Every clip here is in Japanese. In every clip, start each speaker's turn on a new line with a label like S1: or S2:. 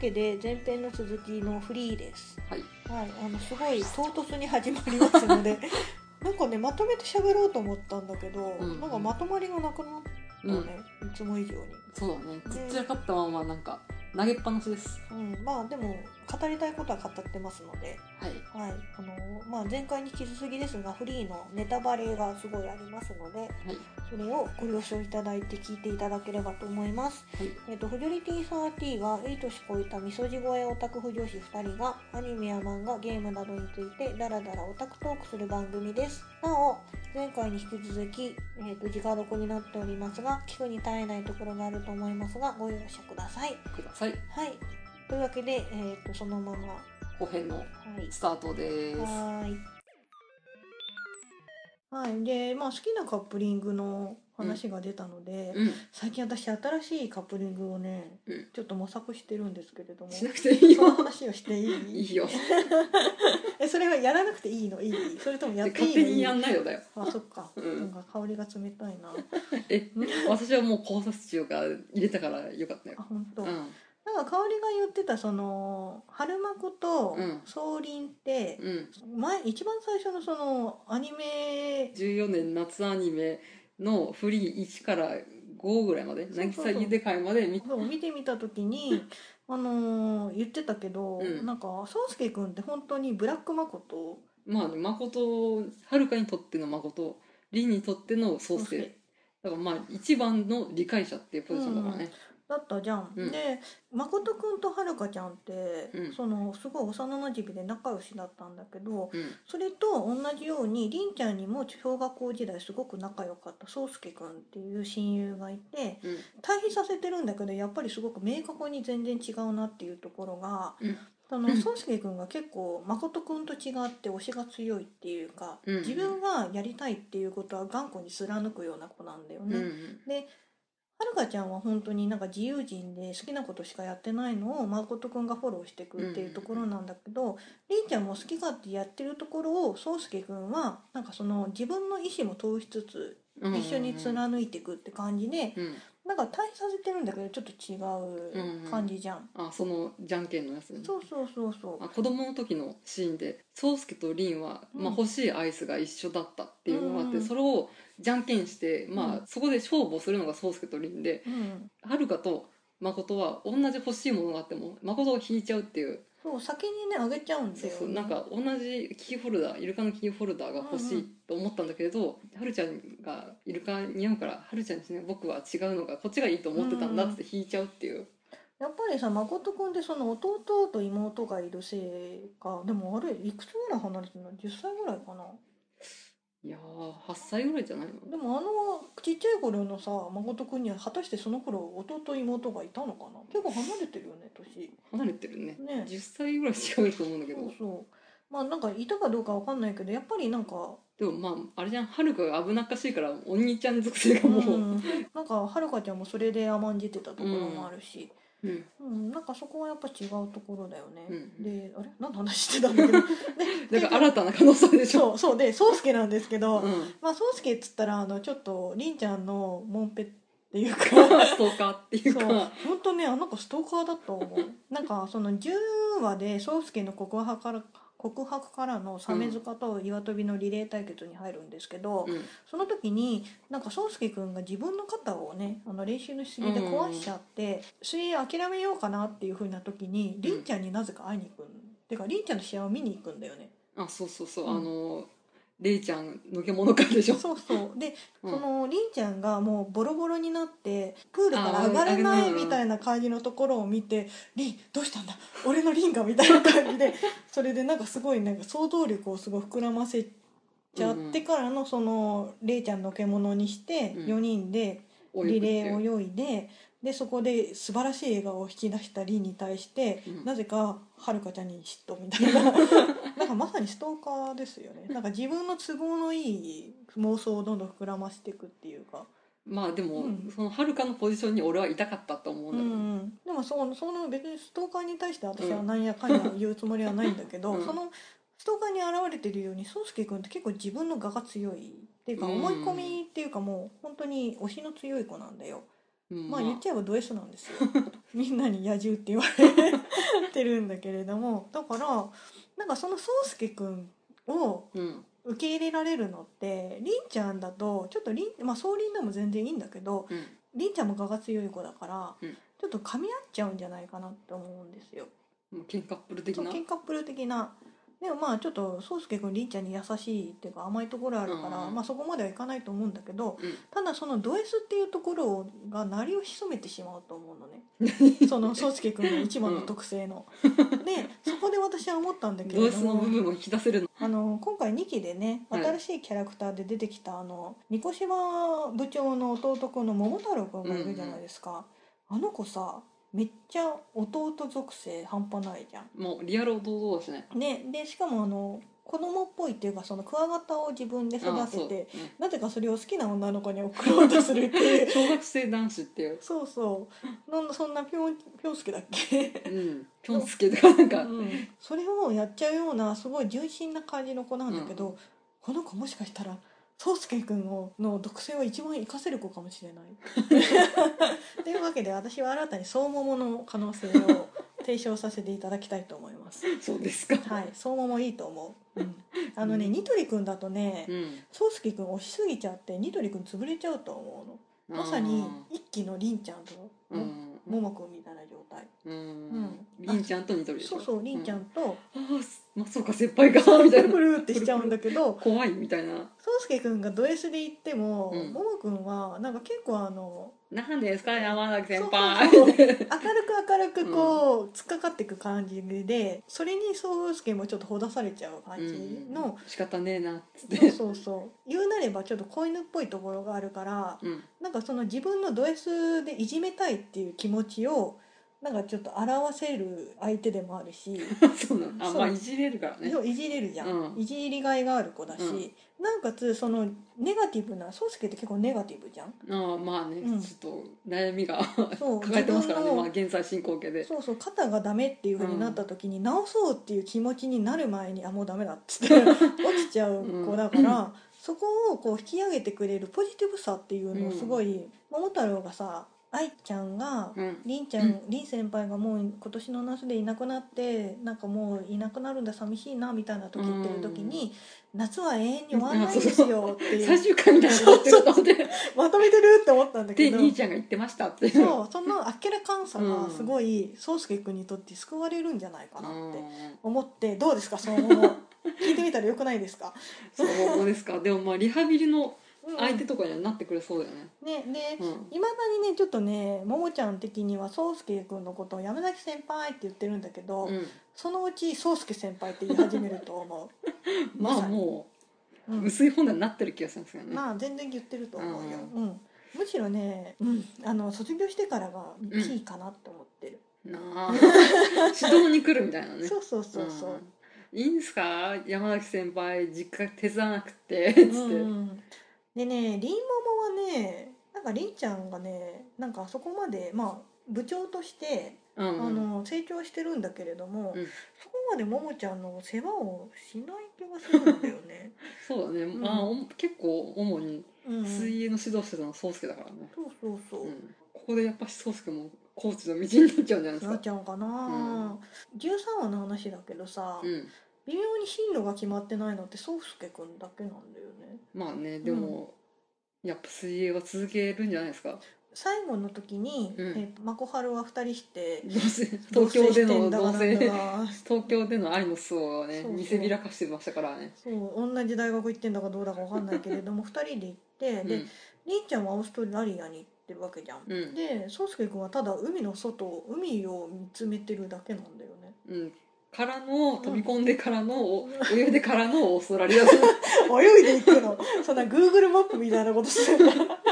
S1: けで前編の続きのフリーです。
S2: はい
S1: はい、あのすごい唐突に始まりますの でなんかねまとめて喋ろうと思ったんだけど、
S2: うん
S1: なんかまとまりがなくなったね、いつも以上に。
S2: そうだねずっとやかったままなんか投げっぱなしです
S1: うん、まあでも語りたいことは語ってますので、
S2: はい
S1: はいあのまあ、前回に引き続きですがフリーのネタバレがすごいありますので
S2: はい
S1: それをご了承いただいて聞いていただければと思います。
S2: はい
S1: えっと、フジョリティサーティーは、いい年こいたみそじ声オタク不女子2人が、アニメや漫画、ゲームなどについて、ダラダラオタクトークする番組です。なお、前回に引き続き、えっと、直録になっておりますが、聞くに耐えないところがあると思いますが、ご容赦ください。
S2: ください
S1: はい。というわけで、えっと、そのまま、は
S2: 後編の
S1: い。
S2: スタートですは
S1: はーい。はい、で、まあ、好きなカップリングの話が出たので、
S2: うん
S1: 最近私新しいカップリングをね、
S2: うん
S1: ちょっと模索してるんですけれども
S2: しなくていい
S1: その
S2: よ
S1: 話をしてい
S2: い
S1: い
S2: いよ
S1: えそれはやらなくていいのいいそれともやってい
S2: 勝
S1: い
S2: 手
S1: の
S2: にや
S1: いい
S2: んないのだよ
S1: あそっか、
S2: うん
S1: なんか香りが冷たいな
S2: え私はもう考察中が入れたからよかったよ
S1: あ本当、
S2: う
S1: なん
S2: ん
S1: か香りが言ってたその春巻と
S2: うん
S1: 宗輪って、
S2: うん
S1: 前一番最初のそのアニメ
S2: 14年夏アニメのフリー1から5ぐらいまで
S1: そうそうそう
S2: 渚ゆで会まで見
S1: そう見てみた時に、あのー言ってたけど、
S2: うん
S1: なんか宗介君って本当にブラックマコと
S2: まあね誠はるかにとっての誠りにとっての宗介だからまあ一番の理解者っていうポジションだからね、
S1: だったじゃん、
S2: うん
S1: で誠くんとはるかちゃんって、
S2: うん
S1: そのすごい幼なじみで仲良しだったんだけど
S2: うん
S1: それと同じようにりんちゃんにも小学校時代すごく仲良かった宗介くんっていう親友がいて
S2: うん
S1: 対比させてるんだけどやっぱりすごく明確に全然違うなっていうところが、
S2: うん
S1: そ の宗介くんが結構誠くんと違って推しが強いっていうか、
S2: うん
S1: 自分がやりたいっていうことは頑固に貫くような子なんだよね。
S2: うん
S1: はるかちゃんは本当になんか自由人で好きなことしかやってないのを誠くんがフォローしていくっていうところなんだけど、りんちゃんも好き勝手やってるところをそうすけくんはなんかその自分の意思も通しつつ
S2: うん
S1: 一緒に貫いていくって感じで、
S2: うん
S1: なんか対比させてるんだけどちょっと
S2: うん
S1: 違
S2: うん
S1: う感じじゃん。
S2: あそのじゃんけんのやつね
S1: そうそうそうそう。
S2: あ子供の時のシーンで宗介と凛は、
S1: うん
S2: まあ、欲しいアイスが一緒だったっていうのがあって、
S1: うん
S2: それをじゃんけんして、ま
S1: う
S2: あ、そこで勝負をするのが宗介と凛で
S1: うん、
S2: はるかと誠は同じ欲しいものがあっても誠を引いちゃうっていう
S1: そう先にねあげちゃうんだよ、
S2: そう
S1: ね。
S2: そうなんか同じキーホルダーイルカのキーホルダーが欲しいと思ったんだけれど、はるちゃんがイルカ似合うからはるちゃんですね僕は違うのがこっちがいいと思ってたんだって引いちゃうっていう、
S1: やっぱりさ誠くんってその弟と妹がいるせいかでもあれいくつぐらい離れてるの10歳ぐらいかない
S2: やー8歳ぐらいじゃないの
S1: でもあのちっちゃい頃のさ誠くんには果たしてその頃弟妹がいたのかな結構離れてるよね年
S2: 離れてるね
S1: ね
S2: 10歳ぐらい違うと思うんだけど
S1: そうそうまあなんかいたかどうかわかんないけどやっぱりなんか
S2: でもまああれじゃんはるかが危なっかしいからお兄ちゃん属性がもう、うん
S1: ん、なんかはるかちゃんもそれで甘んじてたところもあるし、
S2: うん
S1: うんなんかそこはやっぱ違うところだよね、
S2: うん
S1: であれ何の話してたんだ けど
S2: だから新たな可能性でしょ
S1: そうそうで宗介なんですけど、
S2: うん、
S1: まあ宗介っつったらあのちょっとりんちゃんのもんぺっていうか
S2: ストーカーっていう
S1: そう
S2: か
S1: 本当ねあの子ストーカーだと思う なんかその10話で宗介の告白から告白からのサメ塚と岩飛びのリレー対決に入るんですけど、
S2: うん
S1: その時になんか宗介くんが自分の肩をねあの練習のしすぎで壊しちゃって、水泳諦めようかなっていう風な時にりんちゃんになぜか会いに行くんてかりんちゃんの試合を見に行くんだよね。
S2: あそうそうそう、
S1: うん
S2: あのレイちゃんのけ者会でしょ
S1: そうそうで、
S2: うん
S1: そのりんちゃんがもうボロボロになってプールから上がれ
S2: あー上がれ
S1: な
S2: ないい
S1: みたいな感じのところを見て「りんどうしたんだ俺のりんが」みたいな感じ でそれでなんかすごいなんか想像力をすごい膨らませちゃってからのそのれいちゃんの獣にして
S2: うん
S1: 4人で
S2: お
S1: リレ
S2: よくっていう
S1: ーを泳いで。でそこで素晴らしい笑顔を引き出したりに対して、
S2: うん
S1: なぜかはるかちゃんに嫉妬みたいな なんかまさにストーカーですよねなんか自分の都合のいい妄想をどんどん膨らませていくっていうか、
S2: まあでも、
S1: うん
S2: そのはるかのポジションに俺はいたかったと思う
S1: うん
S2: だろうね、
S1: ん、でもそのその別にストーカーに対して私は
S2: うん
S1: 何やかんや言うつもりはないんだけど、
S2: うん
S1: そのストーカーに現れてるように宗介君って結構自分の我が強いっていうか
S2: うん
S1: 思い込みっていうかもう本当に推しの強い子なんだよ。
S2: うん
S1: まあ言っちゃえばド S なんですよ みんなに野獣って言われてるんだけれどもだからなんかその宗介くんを
S2: うん
S1: 受け入れられるのってりんちゃんだとちょっとりんまあ総輪でも全然いいんだけど
S2: うん
S1: りんちゃんも我が強い子だから、
S2: うん
S1: ちょっと噛み合っちゃうんじゃないかなって思うんですよ。
S2: もう喧嘩カップル的
S1: そう
S2: な
S1: 喧嘩プル的なでもまあちょっと宗介君りんちゃんに優しいっていうか甘いところあるから、
S2: うん
S1: まあ、そこまではいかないと思うんだけど
S2: うん
S1: ただそのド S っていうところが鳴りを潜めてしまうと思うのね その宗介君の一番の特性の。でそこで私は思ったんだけ
S2: ド
S1: れ
S2: S
S1: ど
S2: の
S1: も
S2: 部分を引き出せるの
S1: あの今回2期でね
S2: はい
S1: 新しいキャラクターで出てきた、あの三越島部長の弟くんの桃太郎くんがいるじゃないですか、あの子さめっちゃ弟属性半端ないじゃん。
S2: もうリアル弟だしね
S1: ね、でしかもあの子供っぽいっていうかそのクワガタを自分で育
S2: ああそ
S1: て
S2: う
S1: て
S2: うん
S1: なぜかそれを好きな女の子に送ろうとするっていう
S2: 小学生男子っていう、
S1: そう そうなんそんなぴょんぴょんすけだっけ、
S2: うん、ピョンスケとかなん
S1: う
S2: か、
S1: ん、それをやっちゃうようなすごい純真な感じの子なんだけど、この子もしかしたら宗介君をの毒性を一番活かせる子かもしれない というわけで私は新たに総桃の可能性を提唱させていただきたいと思います
S2: そうですか、
S1: はい、相馬もいいと思う。あのね、
S2: うん
S1: ニトリくんだとね
S2: う、、
S1: 宗介くん押しすぎちゃって、ニトリくん潰れちゃうと思うんの。まさに一期のりんちゃんと
S2: あー
S1: も
S2: うん
S1: ももくんみたいな状態。
S2: うん
S1: うん
S2: りんちゃんとニトリでし
S1: そ
S2: ょ
S1: うそう、りんちゃんと、
S2: あーまあそうか先輩が
S1: そう
S2: み
S1: プ
S2: たい
S1: ル
S2: な
S1: プルってしちゃうんだけど、
S2: 怖いみたいな
S1: 宗介くんがド S で言っても、
S2: うん
S1: ももくんはなんか結構あの、
S2: なんですか山崎先
S1: そう
S2: 輩
S1: そうそう明るく明るくこう、突っかかっていく感じで、それに宗介もちょっとほだされちゃう感じの、
S2: うん、仕方ねえなっつって
S1: そうそうそう言うなればちょっと子犬っぽいところがあるから
S2: うん
S1: なんかその自分のド S でいじめたいっていう気持ちをなんかちょっと表せる相手でもあるし、
S2: そうなの あ
S1: そう
S2: まあいじれるからね
S1: そういじれるじゃん、
S2: うん
S1: いじりがいがある子だし、
S2: う
S1: なおかつそのネガティブな宗介って結構ネガティブ じゃん
S2: あーまあね、
S1: うん
S2: ちょっと悩みが
S1: そう
S2: 抱えてますからね
S1: 自分の
S2: まあ現在進行形で
S1: そうそう肩がダメっていう風になった時に、直そうっていう気持ちになる前にあもうダメだっ つって落ちちゃう子だから、そこをこう引き上げてくれるポジティブさっていうのをすごい、桃太郎がさ愛ちゃんが。
S2: うん
S1: りんちゃん、りん先輩がもう今年の夏でいなくなってなんかもういなくなるんだ寂しいなみたいな時言ってる時に、夏は永遠に終わんないんですよってい
S2: 最
S1: う
S2: 終回みたいなこと言ってると思って
S1: まとめてるって思ったんだけ
S2: で
S1: ど
S2: 兄ちゃんが言ってましたってう
S1: そうそのあっけらかんさがすごい宗介君にとって救われるんじゃないかなって
S2: ん
S1: 思ってどう ですかその後も聞いてみたらよくないですか、
S2: そうですかでもまあリハビリの
S1: うん
S2: 相手とかにはなってくれそうだよね
S1: ねで
S2: うん
S1: いまだにねちょっとねももちゃん的には宗介君のことを山崎先輩って言ってるんだけど、
S2: うん
S1: そのうち宗介先輩って言い始めると思う
S2: まあ
S1: さに
S2: も
S1: う
S2: うん薄い本棚になってる気がするんですけどね
S1: まあ全然言ってると思うよ、
S2: う
S1: うんむしろね、うん、あの卒業してからがキーかなって思ってる、
S2: なあ指導に来るみたいなね
S1: そうそうそうそう、
S2: んいいんすか山崎先輩実家手伝わなくてつって、
S1: うんでねりんももはねなんかりんちゃんがねなんかあそこまでまあ部長として、
S2: うん
S1: あの成長してるんだけれども、
S2: うん
S1: そこまでももちゃんの世話をしない気がするんだよ ね。
S2: そうだね、
S1: ん
S2: まあお結構主に
S1: うん、そう
S2: 水泳の指導してたのは宗介だからね、
S1: そうそうう、
S2: んここでやっぱし宗介もコーチの道になっちゃうんじゃないです
S1: なっ
S2: か
S1: ちゃうかな、13話の話だけどさ、
S2: うん
S1: 微妙に進路が決まってないのって宗介くんだけなんだよね。
S2: まあねでも、やっぱ水泳は続けるんじゃないですか
S1: 最後の時に、
S2: うん
S1: えまこはるは2人して
S2: どうせ東京での
S1: 同棲
S2: 同
S1: してんだ
S2: 棲
S1: からなんだ
S2: 東京での愛の巣をね
S1: そうそう
S2: 見せびらかしてましたからね、
S1: そう同じ大学行ってんだかどうだかわかんないけれど も2人で行って、
S2: うん
S1: でりんちゃんはオーストラリアに行ってるわけじゃん、
S2: うん
S1: で宗介君はただ海の外を海を見つめてるだけなんだよね
S2: うん、からの飛び込んでからの、お泳いでからのオーストラリア
S1: 泳いで行くの そんな Google マップみたいなことするから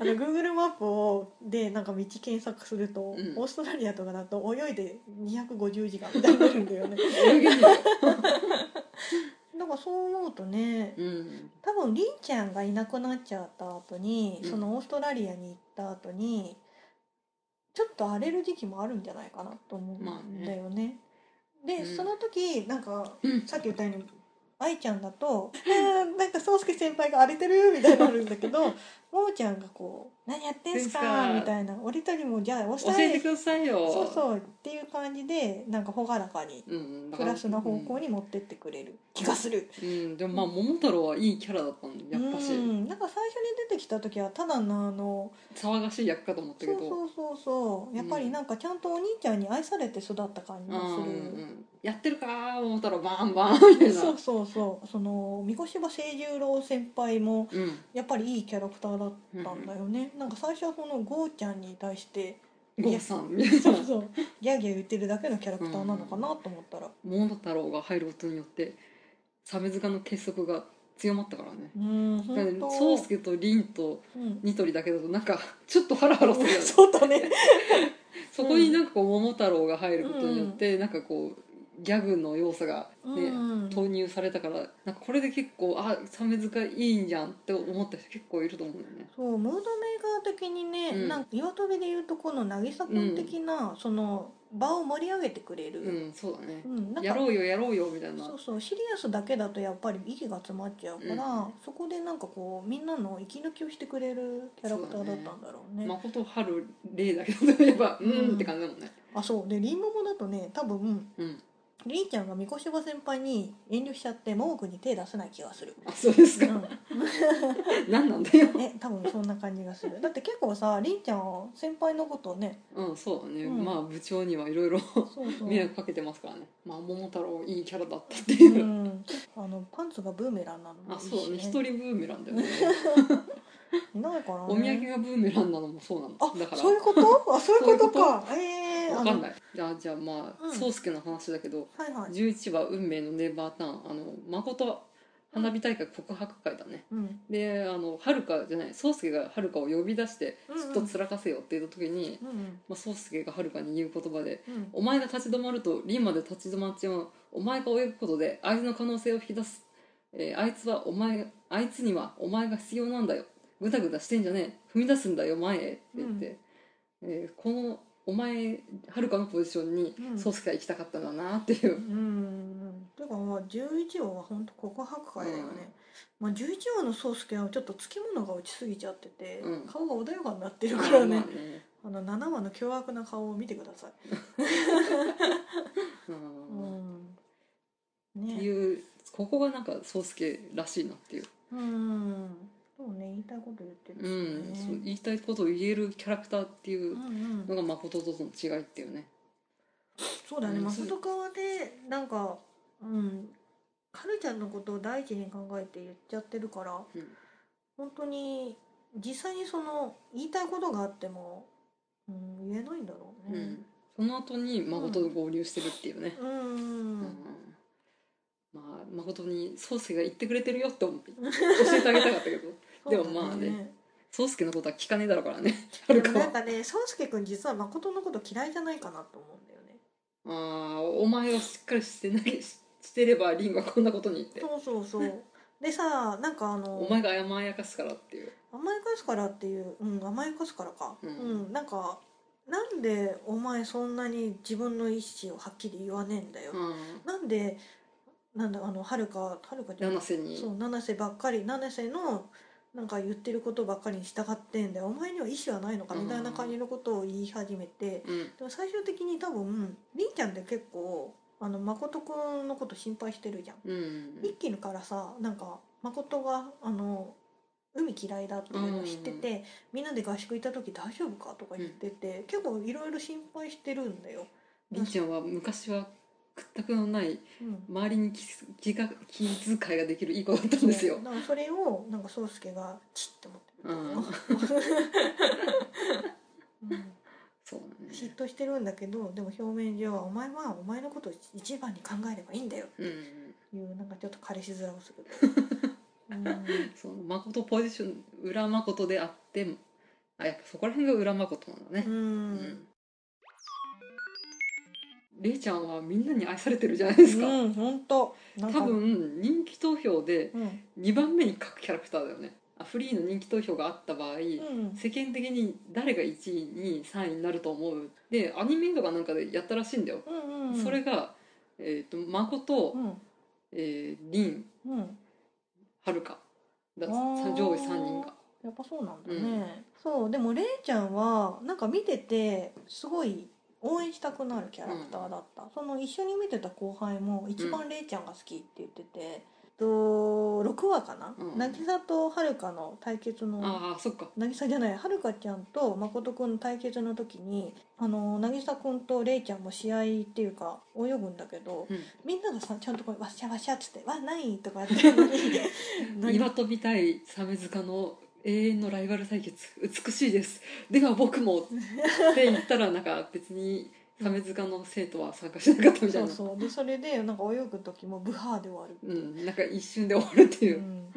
S1: あの Google マップをでなんか道検索すると、
S2: ん
S1: オーストラリアとかだと泳いで250時間みたいになるんだ よね
S2: 泳げるよ、
S1: だからそう思うとね
S2: うん、
S1: 多分りんちゃんがいなくなっちゃった後に、
S2: うん
S1: そのオーストラリアに行った後にちょっと荒れる時期もあるんじゃないかなと思
S2: まあ
S1: うん
S2: ね
S1: だよね。で、
S2: うん
S1: その時なんか、
S2: うん
S1: さっき言った ように愛ちゃんだと「あーなんか宗介先輩が荒れてる」みたいになるんだけどももちゃんがこう「何やってんすか?」みたいな「俺とりもじゃあおし
S2: 教
S1: た
S2: え
S1: い
S2: て」くださいよ
S1: そうそうっていう感じでなんか朗らかに
S2: うんうん、だ
S1: プ
S2: から
S1: ラスな方向に持ってってくれる気がする。
S2: うん、うんでもまあ桃太郎はいいキャラだったんやっぱし
S1: うん、なんか最初に出てきた時はただのあの
S2: 騒がしい役かと思ったけ
S1: そ
S2: ど
S1: うそうそうそうやっぱりなんかちゃんとお兄ちゃんに愛されて育った感じが
S2: うん
S1: す
S2: う
S1: る。
S2: ん、やってるかー桃太郎バンバンみたいな
S1: そうそうそうその三越場清十郎先輩も
S2: うん
S1: やっぱりいいキャラクターだったんだよね、なんか最初はそのゴーちゃんに対して
S2: ゴーさんみたいな
S1: そうそうギャーギャー言ってるだけのキャラクターなのかなと思ったら
S2: 桃太郎が入ることによって鮫塚の結束が強まったからね
S1: うん
S2: だから
S1: 本当
S2: 宗介と凛と
S1: うん
S2: ニトリだけだとなんかちょっとハラハラするよ ね
S1: そうだね
S2: そこになんかこう桃太郎が入ることによってなんかこうギャグの要素が
S1: う
S2: ね
S1: ん
S2: 投入されたからなんかこれで結構あ鮫塚いいんじゃんって思った人結構いると思うんだよね
S1: そうムードメーカー的にね、
S2: うん
S1: なんか岩飛びでいうとこの渚君的な、その場を盛り上げてくれ
S2: う
S1: る、
S2: んそうだね
S1: うんなん
S2: や
S1: か
S2: ろうよやろうよみたいな
S1: そうそうシリアスだけだとやっぱり息が詰まっちゃうから、
S2: う
S1: そこでなんかこうみんなの息抜きをしてくれるキャラクターだったんだろうね
S2: 誠春麗だけど言えばうーんって感じだもんね
S1: あそうでリンモモだとね多分
S2: うん
S1: りんちゃんが三越場先輩に遠慮しちゃって桃君に手出せない気がする、
S2: あそうです
S1: う
S2: か
S1: ん、
S2: 何なんだよ
S1: え多分そんな感じがするだって結構さりんちゃんは先輩のことを ね
S2: うんそうだね
S1: うん
S2: まあ部長にはいろいろ
S1: そうそう
S2: 迷惑かけてますからねまあ桃太郎いいキャラだったって
S1: う
S2: いう、
S1: ん、あのパンツがブーメランなのもい
S2: あ
S1: いし
S2: そうだね一人ブーメランだよね
S1: いないからね
S2: お土産がブーメランなのもそうなの
S1: あ
S2: だから
S1: そういうことあそういうこと
S2: そう
S1: かええー、
S2: わ
S1: あ
S2: か
S1: の
S2: んないじゃあじゃあまあ
S1: うん
S2: 宗介、の話だけど
S1: はいはい
S2: 11話「運命のネバーターン」あの誠花火大会告白会だね
S1: うん
S2: であのはるかじゃない宗介がはるかを呼び出して
S1: う
S2: ち
S1: ん
S2: ょっとつらかせよって言った時に
S1: うんうん
S2: まあ宗介、がはるかに言う言葉で
S1: うん
S2: 「お前が立ち止まると凛まで立ち止まっちゃうお前が泳ぐことであいつの可能性を引き出す、えーあいつはお前あいつにはお前が必要なんだよぐだぐだしてんじゃねえ踏み出すんだよ前へ」って言って、えーこのお前はるかのポジションに
S1: うん
S2: 宗介が行きたかったんだなっていう
S1: う、んてかまあ11話は本当告白会だよね、まあ、11話の宗介はちょっとつきものが落ちすぎちゃってて、
S2: うん
S1: 顔が穏やかになってるからね
S2: まあね
S1: あの7話の凶悪な顔を見てください、う
S2: う
S1: んん
S2: って
S1: ね
S2: いうここがなんか宗介らしいなっていう、
S1: うんそうね言いたいこと言ってるし
S2: う
S1: ね
S2: ん、そう言いたいことを言えるキャラクターっていう
S1: うんうん
S2: のが誠との違いっていうね
S1: そうだね、
S2: うん
S1: まことかわでなんかうんはるちゃんのことを第一に考えて言っちゃってるから、
S2: うん
S1: 本当に実際にその言いたいことがあっても、うん、言えないんだろう
S2: う
S1: ね
S2: ん、その後に誠と合流してるっていうね、
S1: うんうん
S2: う
S1: うんん
S2: まあ誠に宗介が言ってくれてるよって思って教えてあげたかったけ ど
S1: そうだ
S2: でもまあね宗介のことは聞かねえだろうからねは
S1: で
S2: る
S1: も
S2: か
S1: なん
S2: は
S1: かね宗介君実はまことのこと嫌いじゃないかなと思うんだよね
S2: あーお前をしっかりしてないししてればリンはこんなことにって
S1: そうそうそうでさなんかあの
S2: お前が甘やかすからっていう
S1: 甘やかすからっていう、うん、甘やかすからか、う
S2: うんん
S1: なんかなんでお前そんなに自分の意思をはっきり言わねえんだよ、
S2: うん
S1: なんでなんだあのはるかはるかじゃない
S2: 七瀬に
S1: そう七瀬ばっかり七瀬のなんか言ってることばっかりに従ってんだよお前には意思はないのか
S2: うん
S1: みたいな感じのことを言い始めて、
S2: うん
S1: でも最終的に多分りんちゃんって結構あの誠くんのこと心配してるじゃん
S2: うん
S1: 一気にからさなんか誠があの海嫌いだっていうのを知ってて、みんなで合宿行った時大丈夫かとか言ってて、結構いろいろ心配してるんだよ。
S2: りんちゃんは昔は屈託のない
S1: うん
S2: 周りに気づ気が気遣いができるいい子だったんですよ
S1: だからそれをなんか宗介がチッて思ってる、うん
S2: そう だ
S1: 嫉
S2: ね
S1: 妬してるんだけどでも表面上は「お前はお前のことを一番に考えればいいんだよ」
S2: うん
S1: っていうなんかちょっと彼氏面をする。うん
S2: その誠ポジション裏誠であってもあやっぱそこら辺が裏誠なんだね
S1: う、
S2: うんれいちゃんはみんなに愛されてるじゃないですか、
S1: うん、本当。なんか
S2: 多、分人気投票で
S1: うん、
S2: 2番目に書くキャラクターだよねあフリーの人気投票があった場合、
S1: うん、
S2: 世間的に誰が1位に3位になると思うでアニメとかなんかでやったらしいんだよ、
S1: うんうん、
S2: それが、えー、と誠、
S1: うん
S2: えー、凛
S1: うん
S2: はるかだ
S1: あー
S2: 上位3人が
S1: やっぱそうなんだね、
S2: う
S1: そうでもれいちゃんはなんか見ててすごい応援したくなるキャラクターだった、その一緒に見てた後輩も一番れいちゃんが好きって言ってて、と6話かな、
S2: うん
S1: 渚とはるかの対決の
S2: ああそっか
S1: 渚じゃないはるかちゃんと誠くんの対決の時にあの渚くんとれいちゃんも試合っていうか泳ぐんだけど、
S2: うん
S1: みんながさちゃんとこうわっしゃわっしゃっつって「わない」とかやってるのに 何
S2: 岩飛び対サメ塚の永遠のライバル対決美しいですでは僕もって言ったらなんか別にサメ塚の生徒は参加しなかったみたい
S1: そ
S2: な
S1: うそうでそれでなんか泳ぐ時もブハーで終わる、
S2: うん、なんか一瞬で終わるっていうう、
S1: ん、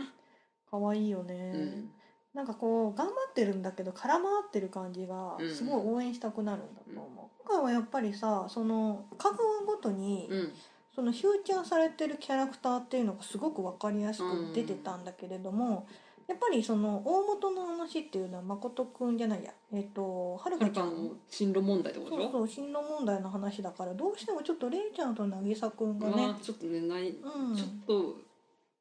S1: かわいいよね、
S2: うん
S1: なんかこう頑張ってるんだけど空回ってる感じが
S2: うん
S1: すごい応援したくなるんだと思う、今回はやっぱりさその各話ごとに、
S2: うん
S1: そのフューチャーされてるキャラクターっていうのがすごく分かりやすく出てたんだけれども、やっぱりその大元の話っていうのは誠くんじゃないやえっ、とはる
S2: は
S1: か
S2: る
S1: ちゃ
S2: か
S1: ん
S2: の進路問題ってことで
S1: そ
S2: し
S1: うそう進路問題の話だからどうしてもちょっとれいちゃんと渚くんが
S2: ょ、
S1: ね
S2: あ、ちょっとねない、
S1: うん
S2: ちょっと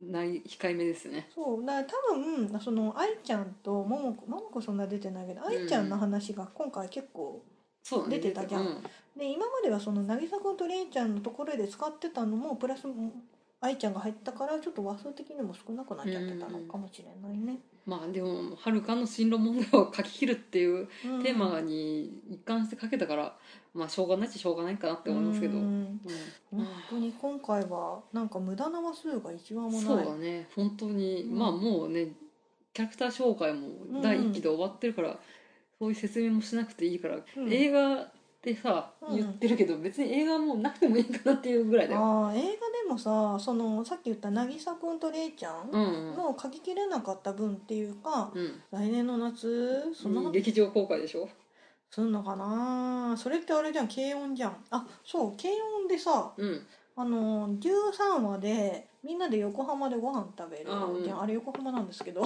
S2: ない控えめですね
S1: そうだから多分その愛ちゃんとももこももこそんな出てないけど愛ちゃんの話が今回結構、
S2: そうだね
S1: 出てたじゃん
S2: うん
S1: で今まではその渚くんとれいちゃんのところで使ってたのもプラス愛ちゃんが入ったからちょっと話数的にも少なくなっちゃってたのかもしれないね。
S2: まあでもはるかの進路問題を書き切るっていう
S1: うん
S2: テーマに一貫して書けたから、まあしょうがないっちゃしょうがないかなって思いますけど、
S1: う
S2: うん
S1: ん本当に今回はなんか無駄な話数が一話も
S2: そう
S1: ない
S2: だね本当に、
S1: うん
S2: まあもうねキャラクター紹介も第一期で終わってるから、そういう説明もしなくていいから、
S1: うん
S2: 映画ってさ、
S1: うん
S2: 言ってるけど別に映画はもうなくてもいいかなっていうぐらいだよ。
S1: あー映画でもさそのさっき言った渚くんとれいちゃん
S2: うんうん
S1: の書ききれなかった分っていうか、
S2: うん
S1: 来年の夏その
S2: 劇場公開でしょ
S1: すんのかなそれってあれじゃん軽音じゃんあそう軽音でさ
S2: うん
S1: あのー13話でみんなで横浜でご飯食べる
S2: あうん
S1: じゃんあれ横浜なんですけど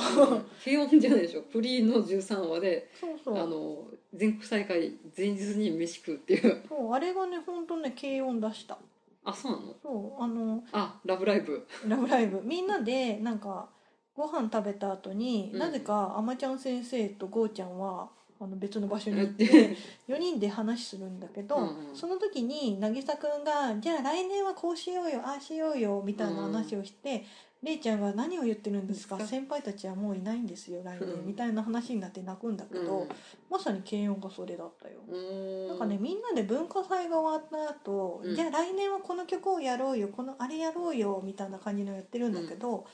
S2: 軽音じゃないでしょフリーの13話で
S1: そう
S2: あ
S1: そうあ
S2: の全国大会前日に飯食うっていう
S1: そうあれがねほんとね軽音出した
S2: あそうなの
S1: そうあの
S2: あラブライブ
S1: ー「ラブライブ」みんなでなんかご飯食べた後に、
S2: うん
S1: なぜかあまちゃん先生とゴーちゃんはあの別の場所に行
S2: やっ
S1: って
S2: て
S1: 4人で話するんだけど、
S2: うんうん
S1: その時に渚くんが「じゃあ来年はこうしようよああしようよ」みたいな話をして、れいちゃんが「何を言ってるんですか
S2: うん
S1: 先輩たちはもういないんですよ来年」
S2: うん
S1: みたいな話になって泣くんだけど、まさに軽音がそれだったよ。
S2: うん
S1: なんかねみんなで文化祭が終わった後、
S2: うん
S1: じゃあ来年はこの曲をやろうよこのあれやろうよみたいな感じのやってるんだけど、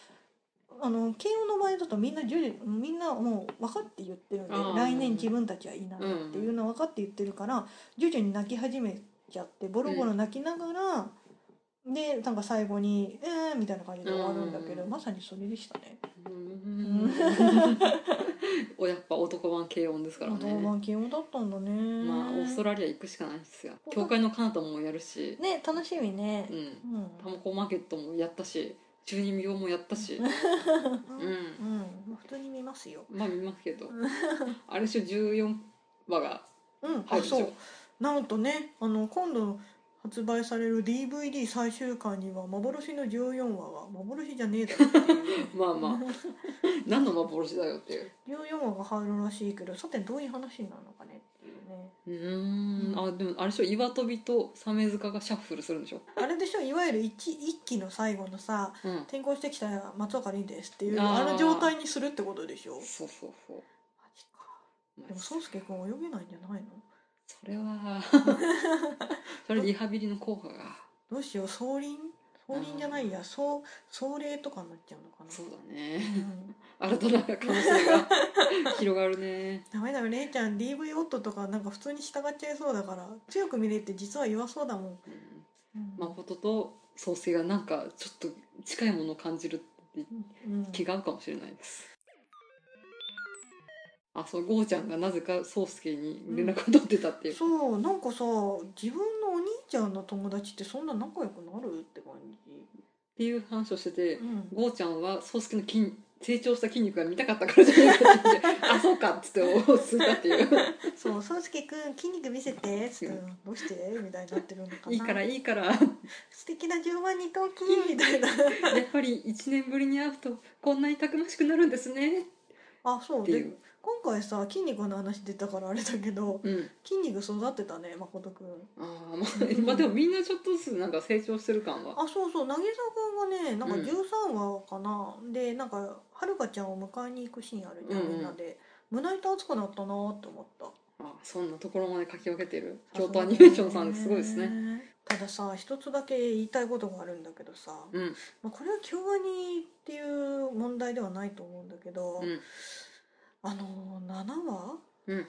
S1: あの慶応の場合だとみんなじゅみんなもう分かって言ってるんで
S2: あー
S1: 来年自分たちはいないっていうのは分かって言ってるから徐々に泣き始めちゃってボロボロ泣きながら、でなんか最後に「えー」みたいな感じで終わるんだけど、
S2: うん
S1: まさにそれでしたね。
S2: うん おやっぱ男版軽音ですからね
S1: 動画慶応だったんだね。
S2: まあオーストラリア行くしかないですよ
S1: 本当
S2: 教会のカナダもやるし、
S1: ね楽しみね
S2: う。ん、
S1: うん
S2: タモコマーケットもやったし中二病もやったしうん
S1: うん、まあ普通に見ますよ。
S2: まあ見ますけどあれでしょ14話が
S1: うん、
S2: 入
S1: あ、
S2: るでしょ
S1: そう。なんとね、あの今度発売される DVD 最終巻には幻の14話が幻じゃねえだろって いう
S2: まあまあ何の幻だよっていう
S1: 14話が入るらしいけど、さてどういう話になるのかねっていうね。
S2: うーんあでもあれでしょ岩飛びとサメ塚がシャッフルするんでしょ、
S1: あれでしょ、いわゆる一一期の最後のさ、
S2: うん、
S1: 転校してきた松岡凛ですっていう
S2: あ
S1: あ
S2: ー
S1: の状態にするってことでしょ。マ
S2: そうそうそう
S1: ジか。
S2: ま
S1: で
S2: あ
S1: も宗介くん泳げないんじゃないの？
S2: それはそれリハビリの効果が
S1: どうしよう、総輪？総輪じゃないや、総総霊とかになっちゃうのかな。
S2: そうだ
S1: う
S2: ね
S1: ん
S2: 新たな可能性が広がる ね
S1: ダメだよレイちゃん DV 夫とかなんか普通に従っちゃいそうだから強く見れって実は弱そうだもん、
S2: うん
S1: うん
S2: 誠と創生がなんかちょっと近いものを感じるって
S1: うん、
S2: 気が合うかもしれないです。あ、そう、ゴーちゃんがなぜか宗介に連絡を取ってたっていう。
S1: そうなんかさ自分のお兄ちゃんの友達ってそんな仲良くなるって感じ、
S2: っていう話をしてて、
S1: うん、
S2: ゴーちゃんは宗介の筋成長した筋肉が見たかったからじゃないかって言って あ、そうかっつって落ち着いたっていう。
S1: そう「宗介くん筋肉見せて」つって「どうして?」みたいになってるのかない
S2: いからいいから、や
S1: 素敵な10万人トーキ ーみたいな
S2: っぱり1年ぶりに会うとこんなにたくましくなるんですね。
S1: あそう
S2: ってい
S1: で
S2: う
S1: 今回さ筋肉の話出たからあれだけど
S2: うん
S1: 筋肉育ってたね誠くん
S2: あー、まあ、まあでもみんなちょっとずつなんか成長してる感は
S1: あそうそう渚くんがねなんか
S2: うん
S1: 13話かな、でなんかはるかちゃんを迎えに行くシーンあるじゃん、
S2: うんうん
S1: みんなで胸板熱くなったなって思った
S2: あそんなところまで書き分けてる
S1: さすがね
S2: 京都アニメーションさんすごいですね
S1: たださ一つだけ言いたいことがあるんだけどさ、
S2: うん
S1: まあ、これは京アニっていう問題ではないと思うんだけど、
S2: うん
S1: あの7話
S2: うん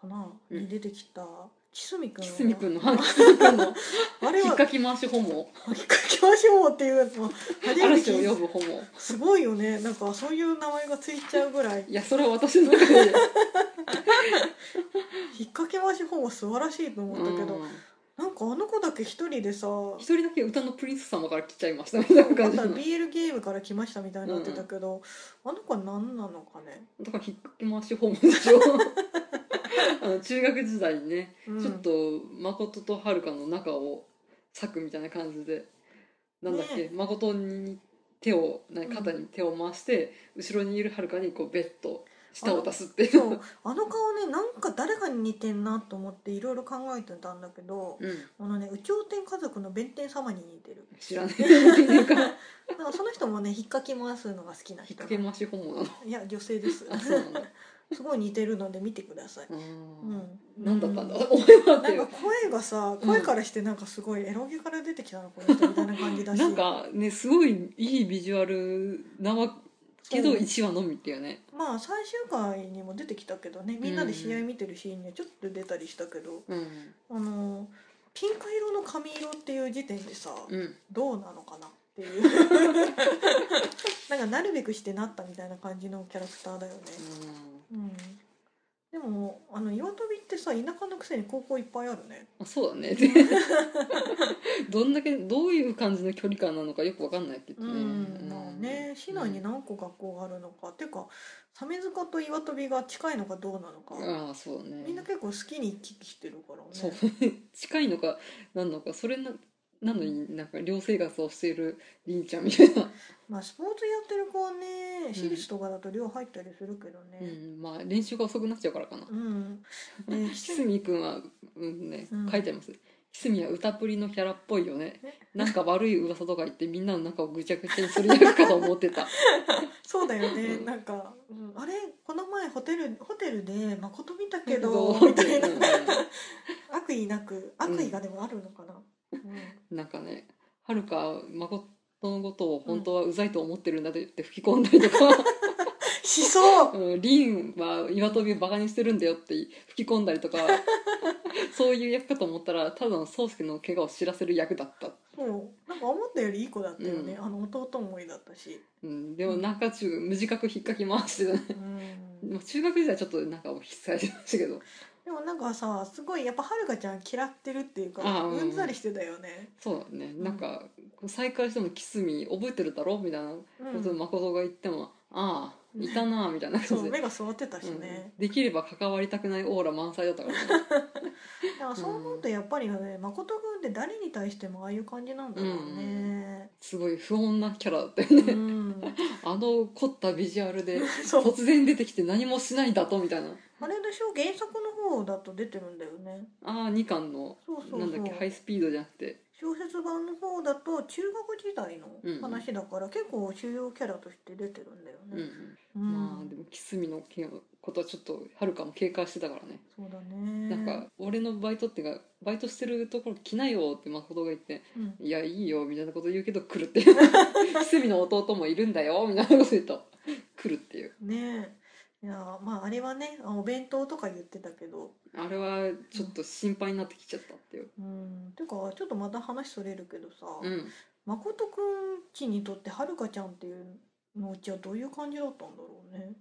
S1: かな、
S2: うん
S1: に出てきたちすみくん
S2: キスミくんのはい
S1: あ
S2: キスミくんの 引
S1: あれは
S2: っかき回しホモ
S1: 引っかきましょうっていうやつも初めて
S2: 嵐
S1: 聞
S2: を
S1: い
S2: 呼ぶホモ
S1: たすごいよねなんかそういう名前がついちゃうぐらい
S2: いやそれは私の中で
S1: 引っ掛け回し本は素晴らしいと思ったけど、
S2: うん
S1: なんかあの子だけ一人でさ
S2: 一人だけ歌のプリンス様から来ちゃいましたみたいな
S1: な
S2: 感
S1: ん
S2: じ
S1: か
S2: の
S1: BL ゲームから来ましたみたいになってたけど、あの子は何なのかね、
S2: だから引っ掛け回しホモでしょ あの中学時代にね、
S1: うん
S2: ちょっと誠と遥かの仲を裂くみたいな感じでなんだっ
S1: ね
S2: け、誠に手をね
S1: うん
S2: 肩に手を回して、後ろにいる遥かにこうベッと舌を出すっていう
S1: そうあの顔ねなんか誰かに似てんなと思っていろいろ考えてたんだけど、
S2: うん、
S1: あのね「有頂天家族の弁天様」に似てる
S2: 知らねえなんか引
S1: だ
S2: っ
S1: からその人もね引っ掛き回すのが好きな人
S2: 掛け回しホモなの
S1: いや女性 です
S2: あそうなんだ
S1: すごい似てるので見てください、
S2: う
S1: うんん、
S2: 何だったんだ、
S1: う
S2: お前はっ
S1: な
S2: て
S1: んか声がさ
S2: うん
S1: 声からしてなんかすごいエロゲから出てきたのこの人みたいな感じだし
S2: なんかねすごいいいビジュアルなわけど
S1: そう
S2: 1話のみっていうね
S1: まあ最終回にも出てきたけどねみんなで試合見てるシーンにはちょっと出たりしたけど、
S2: うん
S1: あのーピンク色の髪色っていう時点でさ、
S2: うん
S1: どうなのかなっていう なんかなるべくしてなったみたいな感じのキャラクターだよね、うん、でもあの岩飛びってさ田舎のくせに高校いっぱいあるね
S2: あそうだねどんだけどういう感じの距離感なのかよくわかんないけど
S1: う
S2: ね、
S1: ん、まあね市内に
S2: な
S1: 何個学校があるのか、っていうか鮫塚と岩飛びが近いのかどうなのか、
S2: ああそうだね
S1: みんな結構好きに行き来してるからね
S2: そう近いのかなんのかそれななのになんか寮生活をしているりんちゃんみたいな、
S1: まあスポーツやってる子はね私立とかだと寮入ったりするけど
S2: う
S1: ね
S2: ん、まあ練習が遅くなっちゃうからかな
S1: うん、ね
S2: ひすみくんは、うんね
S1: うん、
S2: 書いてあります。ひすみは歌プリのキャラっぽいよね
S1: ね。
S2: なんか悪い噂とか言ってみんなの中をぐちゃぐちゃにする役かと思ってた。
S1: そうだよね
S2: うん
S1: なんか、うんあれこの前ホテルホテルで誠見たけ
S2: け
S1: ど
S2: ど、
S1: みたいな
S2: うん
S1: 悪意なく悪意がでもあるのかな、うん
S2: なんかね、はるか、まことのことを本当はうざいと思ってるんだと言って吹き込んだりとか、
S1: しそう
S2: うん、りんは岩飛びをバカにしてるんだよって吹き込んだりと か、そういう役かと思ったら、ただの宗介の怪我を知らせる役だった。
S1: そうなんか思ったよりいい子だったよね、
S2: う
S1: あの弟思いだったし、
S2: うん、でもなんか中、無自覚引っかき回してたね。
S1: うん、
S2: まあ中学時代ちょっとなんか引っされてましたけど
S1: でもなんかさすごいやっぱはるかちゃん嫌ってるっていうか
S2: あーうん
S1: うんざりしてたよね、
S2: そうだね
S1: ん
S2: なんか再会しても「キスミ覚えてるだろ?」みたいなこ
S1: う
S2: とを
S1: ん、
S2: 誠が言っても「ああいたな」みたいな
S1: そ
S2: 感
S1: う
S2: じ
S1: 目
S2: で、
S1: が座ってたし
S2: うん
S1: ね、
S2: できれば関わりたくないオーラ満載だったから ね
S1: だからそう思うとやっぱりね誠君って誰に対してもああいう感じなんだろうね、
S2: すごい不穏なキャラだったよね、
S1: うん、
S2: あの凝ったビジュアルで
S1: そう
S2: 突然出てきて何もしないだとみたいな
S1: あれでしょ原作の方だと出てるんだよね
S2: ああ2巻の
S1: そうそうそう
S2: なんだっけハイスピードじゃなくて
S1: 小説版の方だと中学時代の話だから結構主要キャラとして出てるんだよ
S2: うんう
S1: ね、
S2: ん、
S1: うん
S2: まあでもキスミの件ことはちょっとはるかも警戒してたからね
S1: そうだね
S2: なんか、俺のバイトっていうかバイトしてるところ来なよって誠が言って
S1: うん
S2: 「いやいいよ」みたいなこと言うけど来るっていう 久美の弟もいるんだよみたいなこと言うと来るっていう
S1: ねえいやまああれはねあお弁当とか言ってたけど
S2: あれはちょっと心配になってきちゃったっていう
S1: うんてかちょっとまた話それるけどさ、
S2: うん
S1: 誠くんちにとってはるかちゃんっていうのうちはどういう感じだったんだろうね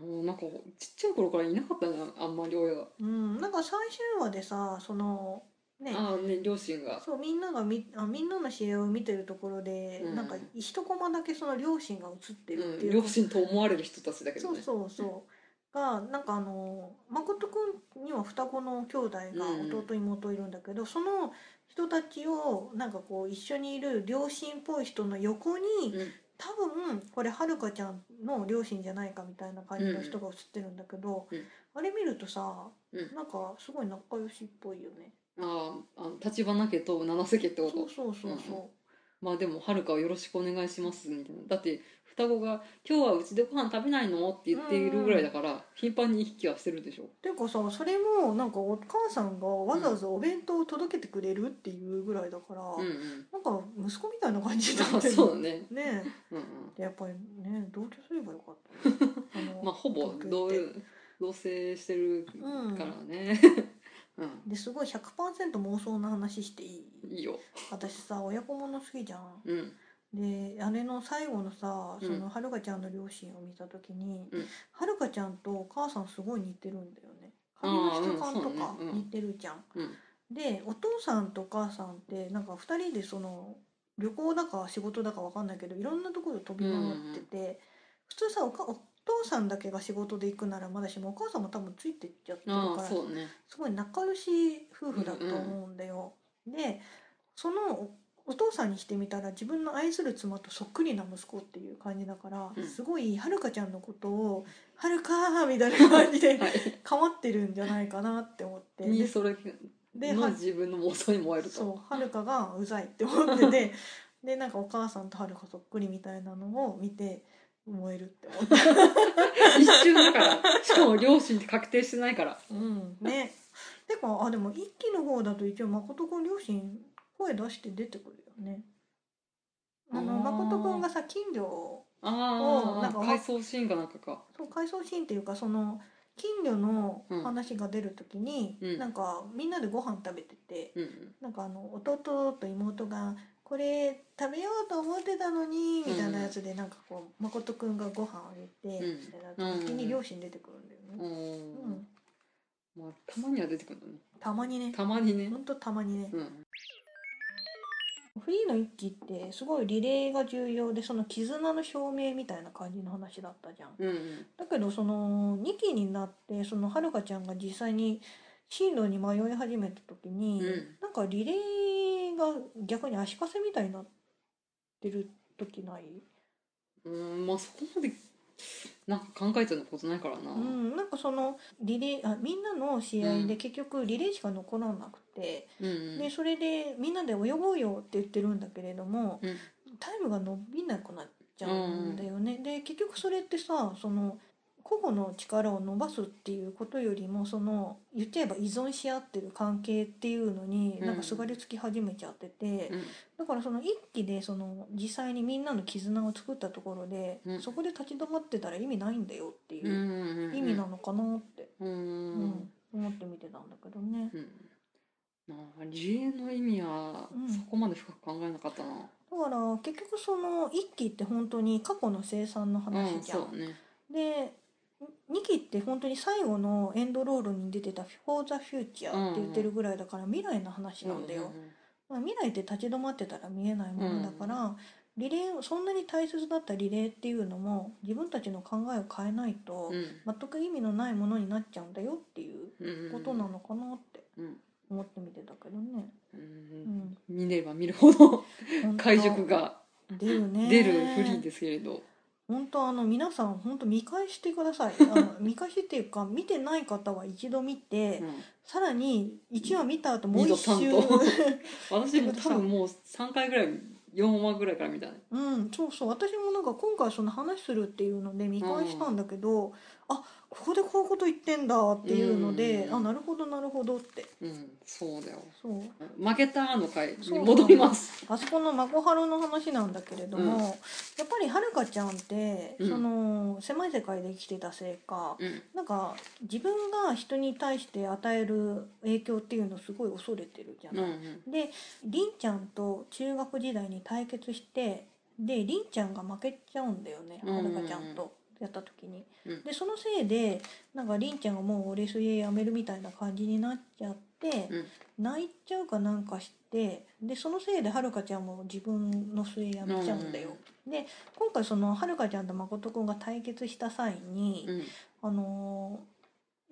S2: もうなんかちっちゃい頃からいなかったじゃんあんまり親が、
S1: うんなんか最終話でさそのね
S2: ああね両親が
S1: そうみんながみあみんなの試合を見てるところで、
S2: うん
S1: なんか一コマだけその両親が映ってるってい
S2: うん、
S1: う、
S2: 両親と思われる人たちだけ
S1: そ
S2: ど
S1: う
S2: ね
S1: そうそうがなんかあの誠くんには双子の兄弟が
S2: うん
S1: 弟妹いるんだけど、その人たちをなんかこう一緒にいる両親っぽい人の横に
S2: うん
S1: 多分これはるかちゃんの両親じゃないかみたいな感じの人が写ってるんだけど、
S2: うん
S1: あれ見るとさ、
S2: うん
S1: なんかすごい仲良しっぽいよね。
S2: あああの立花家と七瀬家って
S1: そ
S2: こ
S1: う
S2: と
S1: そうそう
S2: うん
S1: そ
S2: まあでもはるかはよろしくお願いしますみたいなだって双子が「今日はうちでご飯食べないの?」って言っているぐらいだから頻繁に行き来はしてるでしょ
S1: う。ていうかさそれもなんかお母さんがわざわざお弁当を届けてくれるっていうぐらいだから、
S2: うんうん
S1: なんか息子みたいな感じにな
S2: あ
S1: ってる
S2: そうだね
S1: ねえ
S2: うんうん
S1: でやっぱりね同居すればよかったね、あの
S2: まあほぼ同
S1: 同居って
S2: 同棲してる
S1: うん
S2: からね うん
S1: ですごい100%妄想の話していい
S2: いいよ
S1: 私さ親子もの好きじゃん
S2: うん
S1: であれの最後のさ
S2: うん
S1: そのはるかちゃんの両親を見た時に、
S2: うん
S1: はるかちゃんとお母さんすごい似てるんだよね髪の質感と
S2: あ
S1: か
S2: ーうんそうねうん
S1: 似てるじゃん、
S2: うん
S1: でお父さんとお母さんってなんか2人でその旅行だか仕事だか分かんないけどいろんなところ飛び回ってて、普通さおかお父さんだけが仕事で行くならまだしもお母さんも多分ついてっちゃってる
S2: あ
S1: か
S2: あ
S1: ら
S2: そうね
S1: すごい仲良し夫婦だと思うんだよ。でそのおお父さんにしてみたら自分の愛する妻とそっくりな息子っていう感じだから、
S2: うん
S1: すごいはるかちゃんのことを「はるか」みたいな感じで
S2: はい
S1: かまってるんじゃないかなって思って
S2: に
S1: で
S2: それ
S1: で
S2: の
S1: は
S2: 自分の妄想に燃えると
S1: そうはるかがうざいって思って てでなんかお母さんとはるかそっくりみたいなのを見て燃えるって思って。
S2: 一瞬だからしかも両親って確定してないから
S1: うんね。てかあでも一期の方だと一応誠くん両親声出して出てくるよね。あの
S2: あー
S1: 誠くんがさ金魚をおな
S2: あ
S1: んか
S2: あ
S1: わ
S2: 回想シーンかなんかか
S1: そう回想シーンっていうかその金魚の
S2: うん
S1: 話が出るときに、
S2: うん
S1: なんかみんなでご飯食べてて、
S2: うんうん
S1: なんかあの弟と妹がこれ食べようと思ってたのにみたいなやつでなんかこう誠くんがご飯あげて
S2: うん
S1: みたいな時に両親出てくるんだよね。
S2: う
S1: うんん、
S2: まあ、たまには出てくるんだね
S1: たまにね。
S2: たまにね
S1: ほんとたまにね。
S2: うん
S1: フリーの一期ってすごいリレーが重要でその絆の証明みたいな感じの話だったじゃん。
S2: うんうん
S1: だけどその2期になってそのはるかちゃんが実際に進路に迷い始めた時に、
S2: うん
S1: なんかリレーが逆に足かせみたいになってる時ない、
S2: うんまあそこまでなんか考えたようなことないからな
S1: う
S2: うん
S1: ん、なんかそのリレーあみんなの試合
S2: う
S1: で
S2: ん
S1: 結局リレーしか残らなくて、
S2: うん
S1: でそれでみんなで泳ごうよって言ってるんだけれども、
S2: うん
S1: タイムが伸びなくなっちゃうんだよね。で結局それってさその個々の力を伸ばすっていうことよりもその言っちゃえば依存し合ってる関係っていうのに
S2: うん
S1: なんかすがりつき始めちゃってて、
S2: うん
S1: だからその一期でその実際にみんなの絆を作ったところで、
S2: うん
S1: そこで立ち止まってたら意味ないんだよって
S2: う
S1: いうん
S2: うんうん
S1: 意味なのかなって、
S2: う
S1: うん
S2: ん
S1: 思って見てたんだけどね。
S2: うんまあ理恵の意味は
S1: うん
S2: そこまで深く考えなかったな
S1: だから結局その一期って本当に過去の生産の
S2: う
S1: 話
S2: ん
S1: じゃん
S2: そうね
S1: で2期って本当に最後のエンドロールに出てた「For the Future」って言ってるぐらいだから未来の話なんだよ、まあ、未来って立ち止まってたら見えないものだから、リレーそんなに大切だったリレーっていうのも自分たちの考えを変えないと
S2: うん
S1: 全く意味のないものになっちゃうんだよっていう
S2: うん
S1: ことなのかなって
S2: うん
S1: 思って見てたけどね、
S2: う
S1: うんん、
S2: 見れば見る ほど
S1: 本当
S2: 解釈が
S1: 出るね
S2: 出るフリーですけれど
S1: 本当あの皆さん本当見返してください あの見返してっていうか見てない方は一度見て、
S2: うん
S1: さらに1話見た後もう一
S2: 二
S1: 周
S2: 度三
S1: で
S2: 私
S1: も
S2: も
S1: さ
S2: 多分もう3回ぐらい4話ぐらいから見たね
S1: うんそうそう私もなんか今回その話するっていうので見返したんだけど、あここでこういうこと言ってんだっていうので、
S2: うん
S1: あなるほどなるほどって
S2: うんそうだよ
S1: そう
S2: 負けたの回に戻ります
S1: あそこのマコハロの話なんだけれども、
S2: うん
S1: やっぱりはるかちゃんって、
S2: うん
S1: その狭い世界で生きてたせいか
S2: うん
S1: なんか自分が人に対して与える影響っていうのをすごい恐れてるじゃ
S2: う
S1: なんい、でりんちゃんと中学時代に対決してでりんちゃんが負けちゃうんだよね
S2: うん
S1: はるかちゃんとやった時に、
S2: うん
S1: でそのせいでなんかりんちゃんがもうレスリーやめるみたいな感じになっちゃって、
S2: うん
S1: 泣いちゃうかなんかしてでそのせいではるかちゃんも自分の末やめちゃうんだよ、で今回そのはるかちゃんとまことくんが対決した際に、
S2: うん
S1: あの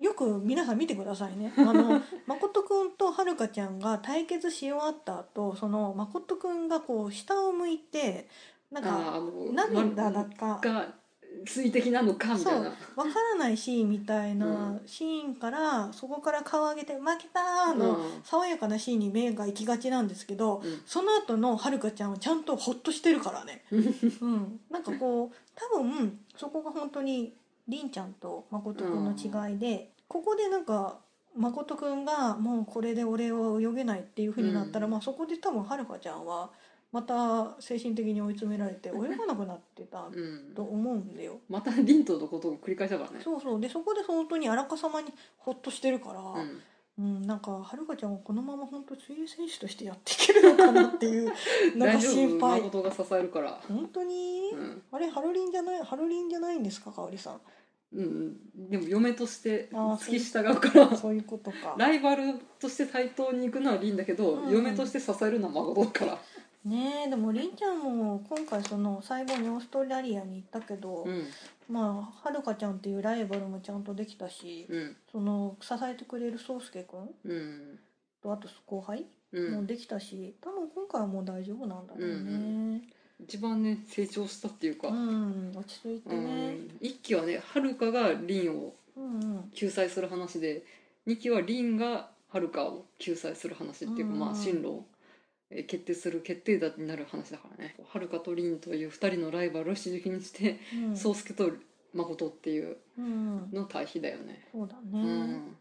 S1: ーよく皆さん見てくださいね。あ の誠くんとはるかちゃんが対決し終わった後、その誠くんがこう下を向いて、なんか
S2: あーもう
S1: なんだだか
S2: が水滴なのかみたいな
S1: わからないシーンみたいなシーンから、そこから顔上げて「負けた!」の
S2: うん
S1: 爽やかなシーンに目が行きがちなんですけど、
S2: うん
S1: その後のはるかちゃんはちゃんとホッとしてるから ね、うん、なんかこう多分そこが本当に凛ちゃんと誠くんの違いで、ここでなんか誠くんがもうこれで俺を泳げないっていうふうになったら、
S2: うん
S1: まあ、そこで多分はるかちゃんはまた精神的に追い詰められて泳がなくなってた
S2: うん
S1: と思うんだよ。
S2: またリンとのことを繰り返したからね
S1: そうそうでそこで本当にあらかさまにホッとしてるから、
S2: うん
S1: うん、なんかはるかちゃんはこのまま本当水泳選手としてやっていけるのかなって いうなん
S2: 大
S1: か
S2: 丈
S1: 心
S2: 夫
S1: 配
S2: 誠が支えるから
S1: 本当に、
S2: うん
S1: あれハロリンじゃないハロリンじゃないんですかかおりさん
S2: うんでも嫁として
S1: あー
S2: 付き従うから
S1: そういうことか
S2: ライバルとして対等に行くのはリンだけど、
S1: うん
S2: 嫁として支えるのは孫だから、
S1: ねえでもりんちゃんも今回その最後にオーストラリアに行ったけど、
S2: うん
S1: まあはるかちゃんっていうライバルもちゃんとできたし、
S2: うん
S1: その支えてくれるそうすけくん
S2: うん
S1: とあと後輩
S2: う
S1: も
S2: ん、
S1: できたし、多分今回はもう大丈夫なんだろうね、
S2: うん一番ね成長したっていうか、
S1: うん、落ち着いて
S2: う
S1: ね。
S2: ん一期はねはるかがリンを
S1: うんうん。
S2: 救済する話で二期はリンがはるかを救済する話っていうか、
S1: うん
S2: まあ進路をえー決定する決定打になる話だからねはるかとリンという二人のライバルを主軸にして
S1: うん、
S2: 宗介、と誠っていう
S1: うんうん。
S2: の対比だよね。
S1: そうだ
S2: う
S1: ね。
S2: ん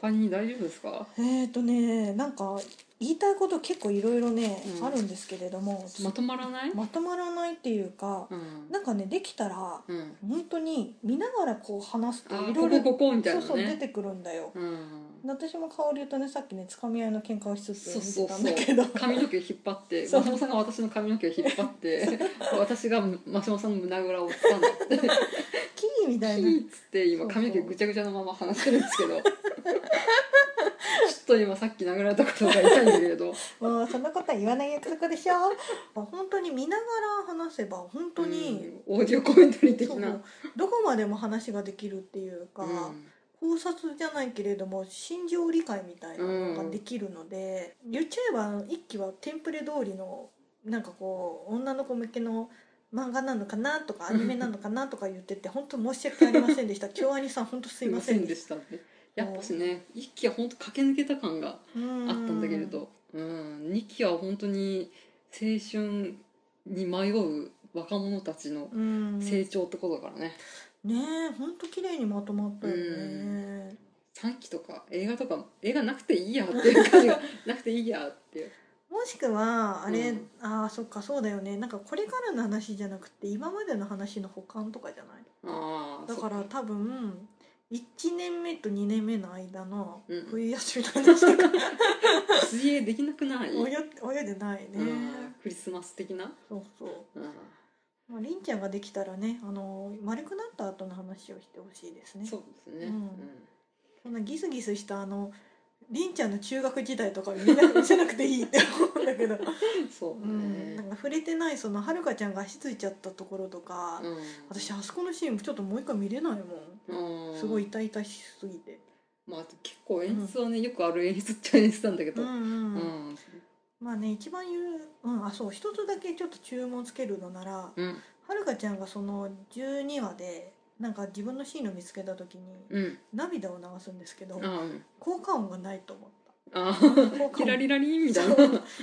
S2: 他に大丈夫ですか
S1: えっ、とね、なんか言いたいこと結構いろいろね、
S2: うん
S1: あるんですけれども、
S2: まとまらない、
S1: まとまらないっていうか、
S2: うん
S1: なんかねできたら
S2: うん、
S1: 本当に見ながらこう話すと
S2: あー
S1: いろいろ
S2: ここここみたい
S1: そう
S2: な
S1: そう出
S2: ね
S1: てくるんだよ。
S2: うん
S1: 私も香りとねさっきねつかみ合いの喧嘩をしつつ
S2: そう
S1: 見
S2: そ
S1: て
S2: う
S1: た
S2: そ
S1: んだけど
S2: う 髪の毛引っ張って
S1: そう
S2: マシモさんが私の髪の毛を引っ張って私がマシモさんの胸ぐらを 掴んでって
S1: キーみ
S2: キ
S1: たいな
S2: ーっつって今髪の毛ぐちゃぐちゃのまま話してるんですけど ちょっと今さっき殴られたことが痛いんだけれど
S1: もうそんなことは言わない約束でしょ本当に見ながら話せば本当に、
S2: うんオーディオコメンタリー的
S1: そう
S2: な
S1: どこまでも話ができるっていうか、考察じゃないけれども心情理解みたいなのができるので、言っちゃえば一期はテンプレ通りのなんかこう女の子向けの漫画なのかなとかアニメなのかなとか言ってて本当申し訳ありませんで した京アニさん本当す
S2: す
S1: い
S2: い
S1: ま
S2: ま
S1: せ
S2: せ
S1: ん
S2: ん
S1: で
S2: で
S1: し
S2: したってやっぱしね一期は本当駆け抜けた感が
S1: たあっ
S2: あったんだけれど、うん、2期は本当に青春に迷う若者たちの
S1: うん
S2: 成
S1: ね
S2: 長ってことだからね、
S1: え本当綺麗にまとまったよね
S2: 3期とか映画とか映画なくていいやっていう感じがなくていいやっていう
S1: もしくはあれ、
S2: うん
S1: ああそっかそうだよねなんかこれからの話じゃなくて今までの話の補完とかじゃない
S2: ああ
S1: だから多分1年目と2年目の間の
S2: うん
S1: 冬休みの話と か
S2: 水泳できなくない、
S1: 泳いでないね、
S2: うんクリスマス的な、
S1: そうそ
S2: うん
S1: う、まあ、りんちゃんができたらねあの丸くなった後の話をしてほしいですねそ
S2: そうですね、
S1: う
S2: うんん
S1: んなギスギスしたあのりんちゃんの中学時代とかみんな見せなくていいって思うんだけど、
S2: そう
S1: う
S2: だ
S1: ん、なん
S2: ね、
S1: か触れてないそのはるかちゃんが足ついちゃったところとか、
S2: うん
S1: 私あそこのシーンちょっともう一回見れないも
S2: うんん
S1: すごい痛々しすぎて、
S2: まあ結構演出はね、よくある演出っちゃ演出なんだけど、
S1: うんうん
S2: うん
S1: まあね一番言う、うん、あそう一つだけちょっと注文つけるのならは
S2: うん
S1: るかちゃんがその12話でなんか自分のシーンを見つけた時に
S2: うん
S1: 涙を流すんですけど、
S2: あーうん
S1: 効果音がないと思っ
S2: あ
S1: た効
S2: ー
S1: 果
S2: リラ
S1: 音
S2: リラリンみたいな
S1: そ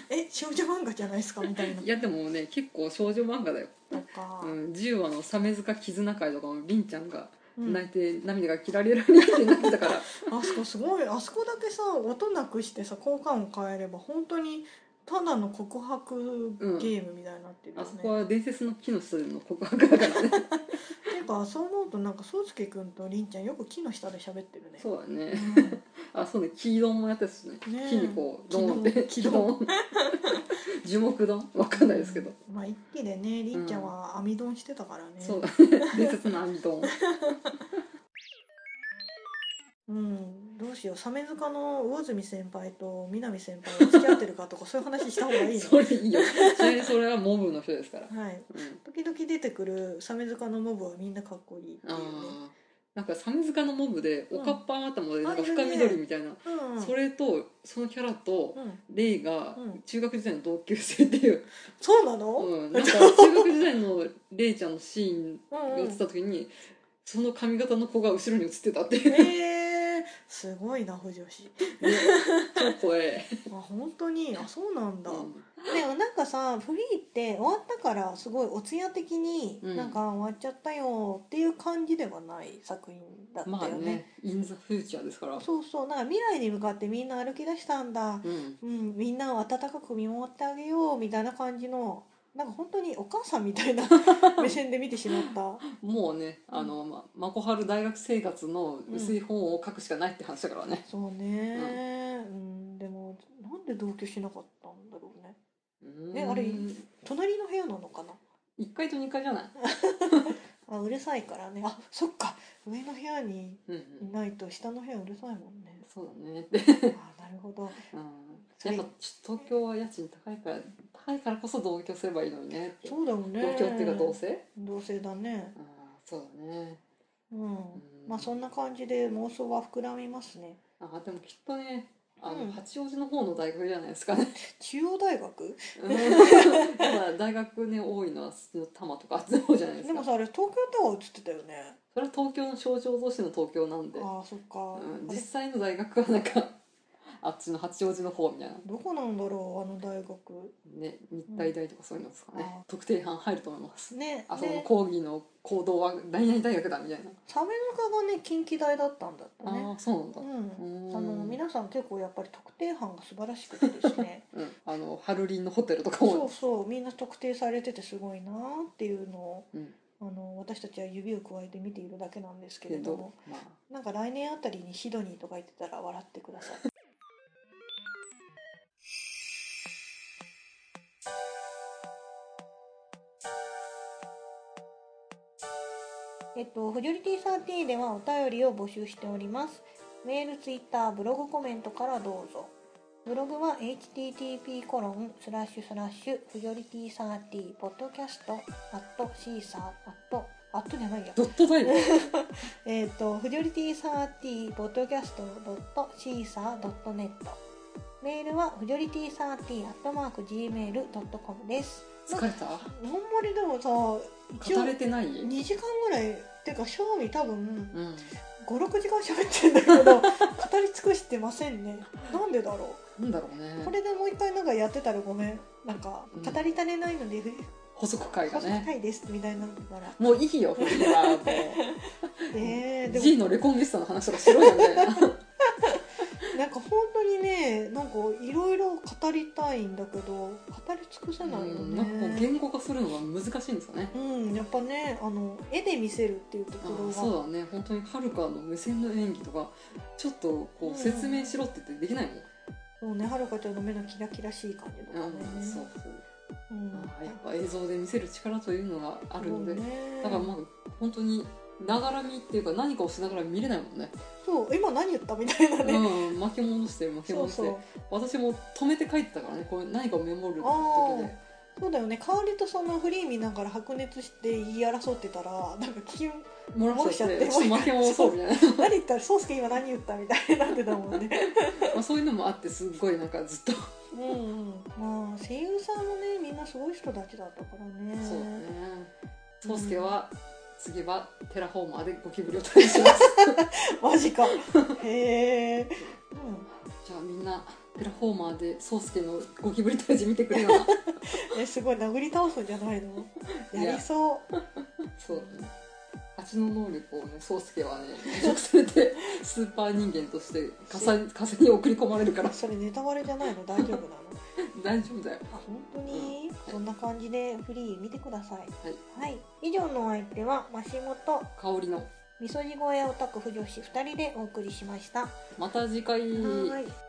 S1: え少女漫画じゃないですかみたいない
S2: やでもね結構少女漫画だよ、
S1: とか
S2: う、ん、10話の「鮫塚絆会」とかもりんちゃんが
S1: うん
S2: 泣いて涙がキラリラリンってなって たから、
S1: あそこすごいあそこだけさ音なくしてさ効果音変えれば本当にただの告白ゲームみたいになってるよ
S2: あ
S1: ね
S2: そ、こは伝説の木の下での告白だからね
S1: ていうかそう思うとなんか宗介君と凛ちゃんよく木の下で喋ってるね
S2: そうだね
S1: うん
S2: あそうね木丼もやってたしね
S1: ねえ
S2: 木にこうドーン って
S1: 木丼
S2: 木丼樹木丼わかんないですけど、
S1: まあ一気でねりんちゃんは網丼してたからね、
S2: そうだね伝説の網丼
S1: うんどうしよう鮫塚の魚住先輩と南先輩が付き合ってるかとかそういう話した方がいい
S2: それいいよちなみにそれはモブの人ですから、
S1: のはい
S2: うん、
S1: 時々出てくる鮫塚のモブはみんなかっこいいっていうね
S2: あなんか鮫塚のモブで
S1: うん
S2: おかっぱ頭でなん
S1: あ
S2: か
S1: いる
S2: 深
S1: ね
S2: 緑みたいな、
S1: うんうん
S2: それとそのキャラと
S1: うん
S2: レイが
S1: うん
S2: 中学時代の同級生っていう、
S1: そうなの、
S2: う ん、なんか中学時代のレイちゃんのシーン
S1: うん
S2: が
S1: う
S2: 映
S1: ん
S2: った時にその髪型の子が後ろに映ってたっ ていう、
S1: へえすごいな不女 子
S2: 超怖え、
S1: あ本当にあそうなんだ、
S2: うん
S1: でもなんかさフリーって終わったからすごいお通夜的に
S2: うん
S1: なんか終わっちゃったよっていう感じではない作品だった
S2: まあ
S1: よね,、
S2: ね「イン・ザ・フューチャー」ですから、
S1: そうそうなんか未来に向かってみんな歩き出したんだ
S2: うん、
S1: うんみんなを温かく見守ってあげようみたいな感じのなんか本当にお母さんみたい な目線で見てしまった
S2: もうねあの、ま、まこはる大学生活の薄い本を書くしかないって話だからね、
S1: そうねうんでもなんで同居しなかったんだろうね
S2: うん
S1: えあれ隣の部屋なのかな
S2: 1階と2階じゃない、
S1: あうるさいからねあそっか上の部屋に
S2: うんう
S1: い
S2: ん、
S1: ないと下の部屋うるさいもん ね
S2: そうだねって
S1: ああなるほど
S2: うん、やっぱちょっと東京は家賃高いから高いからこそ同居すればいいのにねって
S1: そうだよね
S2: 同居っていうか同棲、
S1: 同棲だね
S2: ああそうだね
S1: うん、
S2: ん
S1: まあそんな感じで妄想は膨らみますね
S2: ああでもきっとねあの、
S1: うん
S2: 八王子の方の大学じゃないですかね
S1: 中央大学
S2: うんだから大学ね多いのはその多摩とかあっちの方じゃないです
S1: で
S2: か
S1: もさあれ東京タワー映ってたよね
S2: それは東京の象徴としての東京なんで、
S1: ああそっか、
S2: うん、
S1: あ
S2: 実
S1: れ
S2: 際の大学はなんか あっちの八王子の方みたいな
S1: どこなんだろうあの大学
S2: ね日体大とかそういうのですか
S1: う
S2: ね、
S1: んあ
S2: 特定班入ると思います
S1: ね
S2: あその
S1: ね
S2: 講義の行動は何々大学だみたいな
S1: サメの科がね近畿大だったんだってね
S2: ああそうなんだ
S1: う、、
S2: うんん
S1: あの皆さん結構やっぱり特定班が素晴らしくてですね
S2: うん、あのハルリンのホテルとかも
S1: そうそうみんな特定されててすごいなーっていうのを
S2: うん、
S1: あの私たちは指を加えて見ているだけなんですけ
S2: け
S1: れど
S2: ど
S1: も、
S2: まあ、
S1: なんか来年あたりにシドニーとか言ってたら笑ってくださいえっと「フジョリティサーティーンではお便りを募集しておりますメールツイッターブログコメントからどうぞブログは http コロンスラッシュスラッシュフジョリティサーティーポッドキャストアットシーサーアットアットじゃないや
S2: ドットタイム
S1: えっ、と、フジョリティサーティーポッドキャストドットシーサードットネット。メールはフジョリティサーティーアットマーク Gmail.com です。
S2: 疲れた
S1: あんまりでもさ、一応
S2: 語れてない、うん、
S1: 2時間ぐらい、ってか、正味多分5、6時間喋ってるんだけど、語 り尽くしてませんね。なんでだろ
S2: なんだろう
S1: う。
S2: ね
S1: これでもう一回なんかやってたらごめん。なんか、
S2: うん
S1: 語り足れないので、
S2: 補足会が
S1: 細か
S2: ね
S1: いですみたいになるから。
S2: もういいよフリーはも
S1: えー、
S2: う
S1: でも
S2: G のレコンギスタの話とかし ろよみたいな
S1: なんか本当にねなんかいろいろ語りたいんだけど語り尽くせ
S2: う
S1: ないよ
S2: んなんかこう
S1: ね
S2: 言語化するのが難しいんですかね
S1: うん、やっぱねあの絵で見せるっていうと
S2: あ
S1: ころ
S2: ー
S1: が
S2: そうだね本当にはるかの無線の演技とかちょっとこ
S1: うん
S2: う説明しろって言ってできないもん、
S1: そうねはるかちゃんの目のキラキラしい感じとかね
S2: うん、そうそう、
S1: うん
S2: あーやっぱ映像で見せる力というのがあるので、
S1: そうね
S2: だからまあ本当にながら見っていうか何かをしながら見れないもんね
S1: そう今何言ったみたいなね、
S2: うん、巻き戻して巻き
S1: そ
S2: 戻
S1: う
S2: して
S1: そう
S2: 私も止めて書いてたからねこれ何かをメモる時
S1: あ
S2: で
S1: あそうだよね香りとそのフリー見ながら白熱して言い争ってたらなんか気分
S2: 漏らしちゃって
S1: 漏らしちゃって
S2: ちょっと巻き戻そうみたいな
S1: 何言ったそうすけ今何言ったみたいになってたもんね
S2: まあそういうのもあってすっごいなんかずっと
S1: うんうん、まあ声優さんもねみんなすごい人たちだったからね
S2: そうだね宗介は次はテラフォーマーでゴキブリを退治します
S1: マジかへえ、
S2: じゃあみんなテラフォーマーで宗介のゴキブリ退治見てくれ よな
S1: うん、えすごい殴り倒すんじゃないの
S2: いや
S1: やりそ
S2: そうだね蜂の能力をね宗介はね移植さ れてスーパー人間として火災火星に送り込まれるから
S1: うそれネタバレじゃないの大丈夫なの
S2: 大丈夫だよ
S1: あ本当にそんな感じでフリー見てください
S2: はい、
S1: はい、以上のお相手はマシモと
S2: 香りの
S1: みそじ声オタク不女子2人でお送りしましたは
S2: また次回
S1: ーい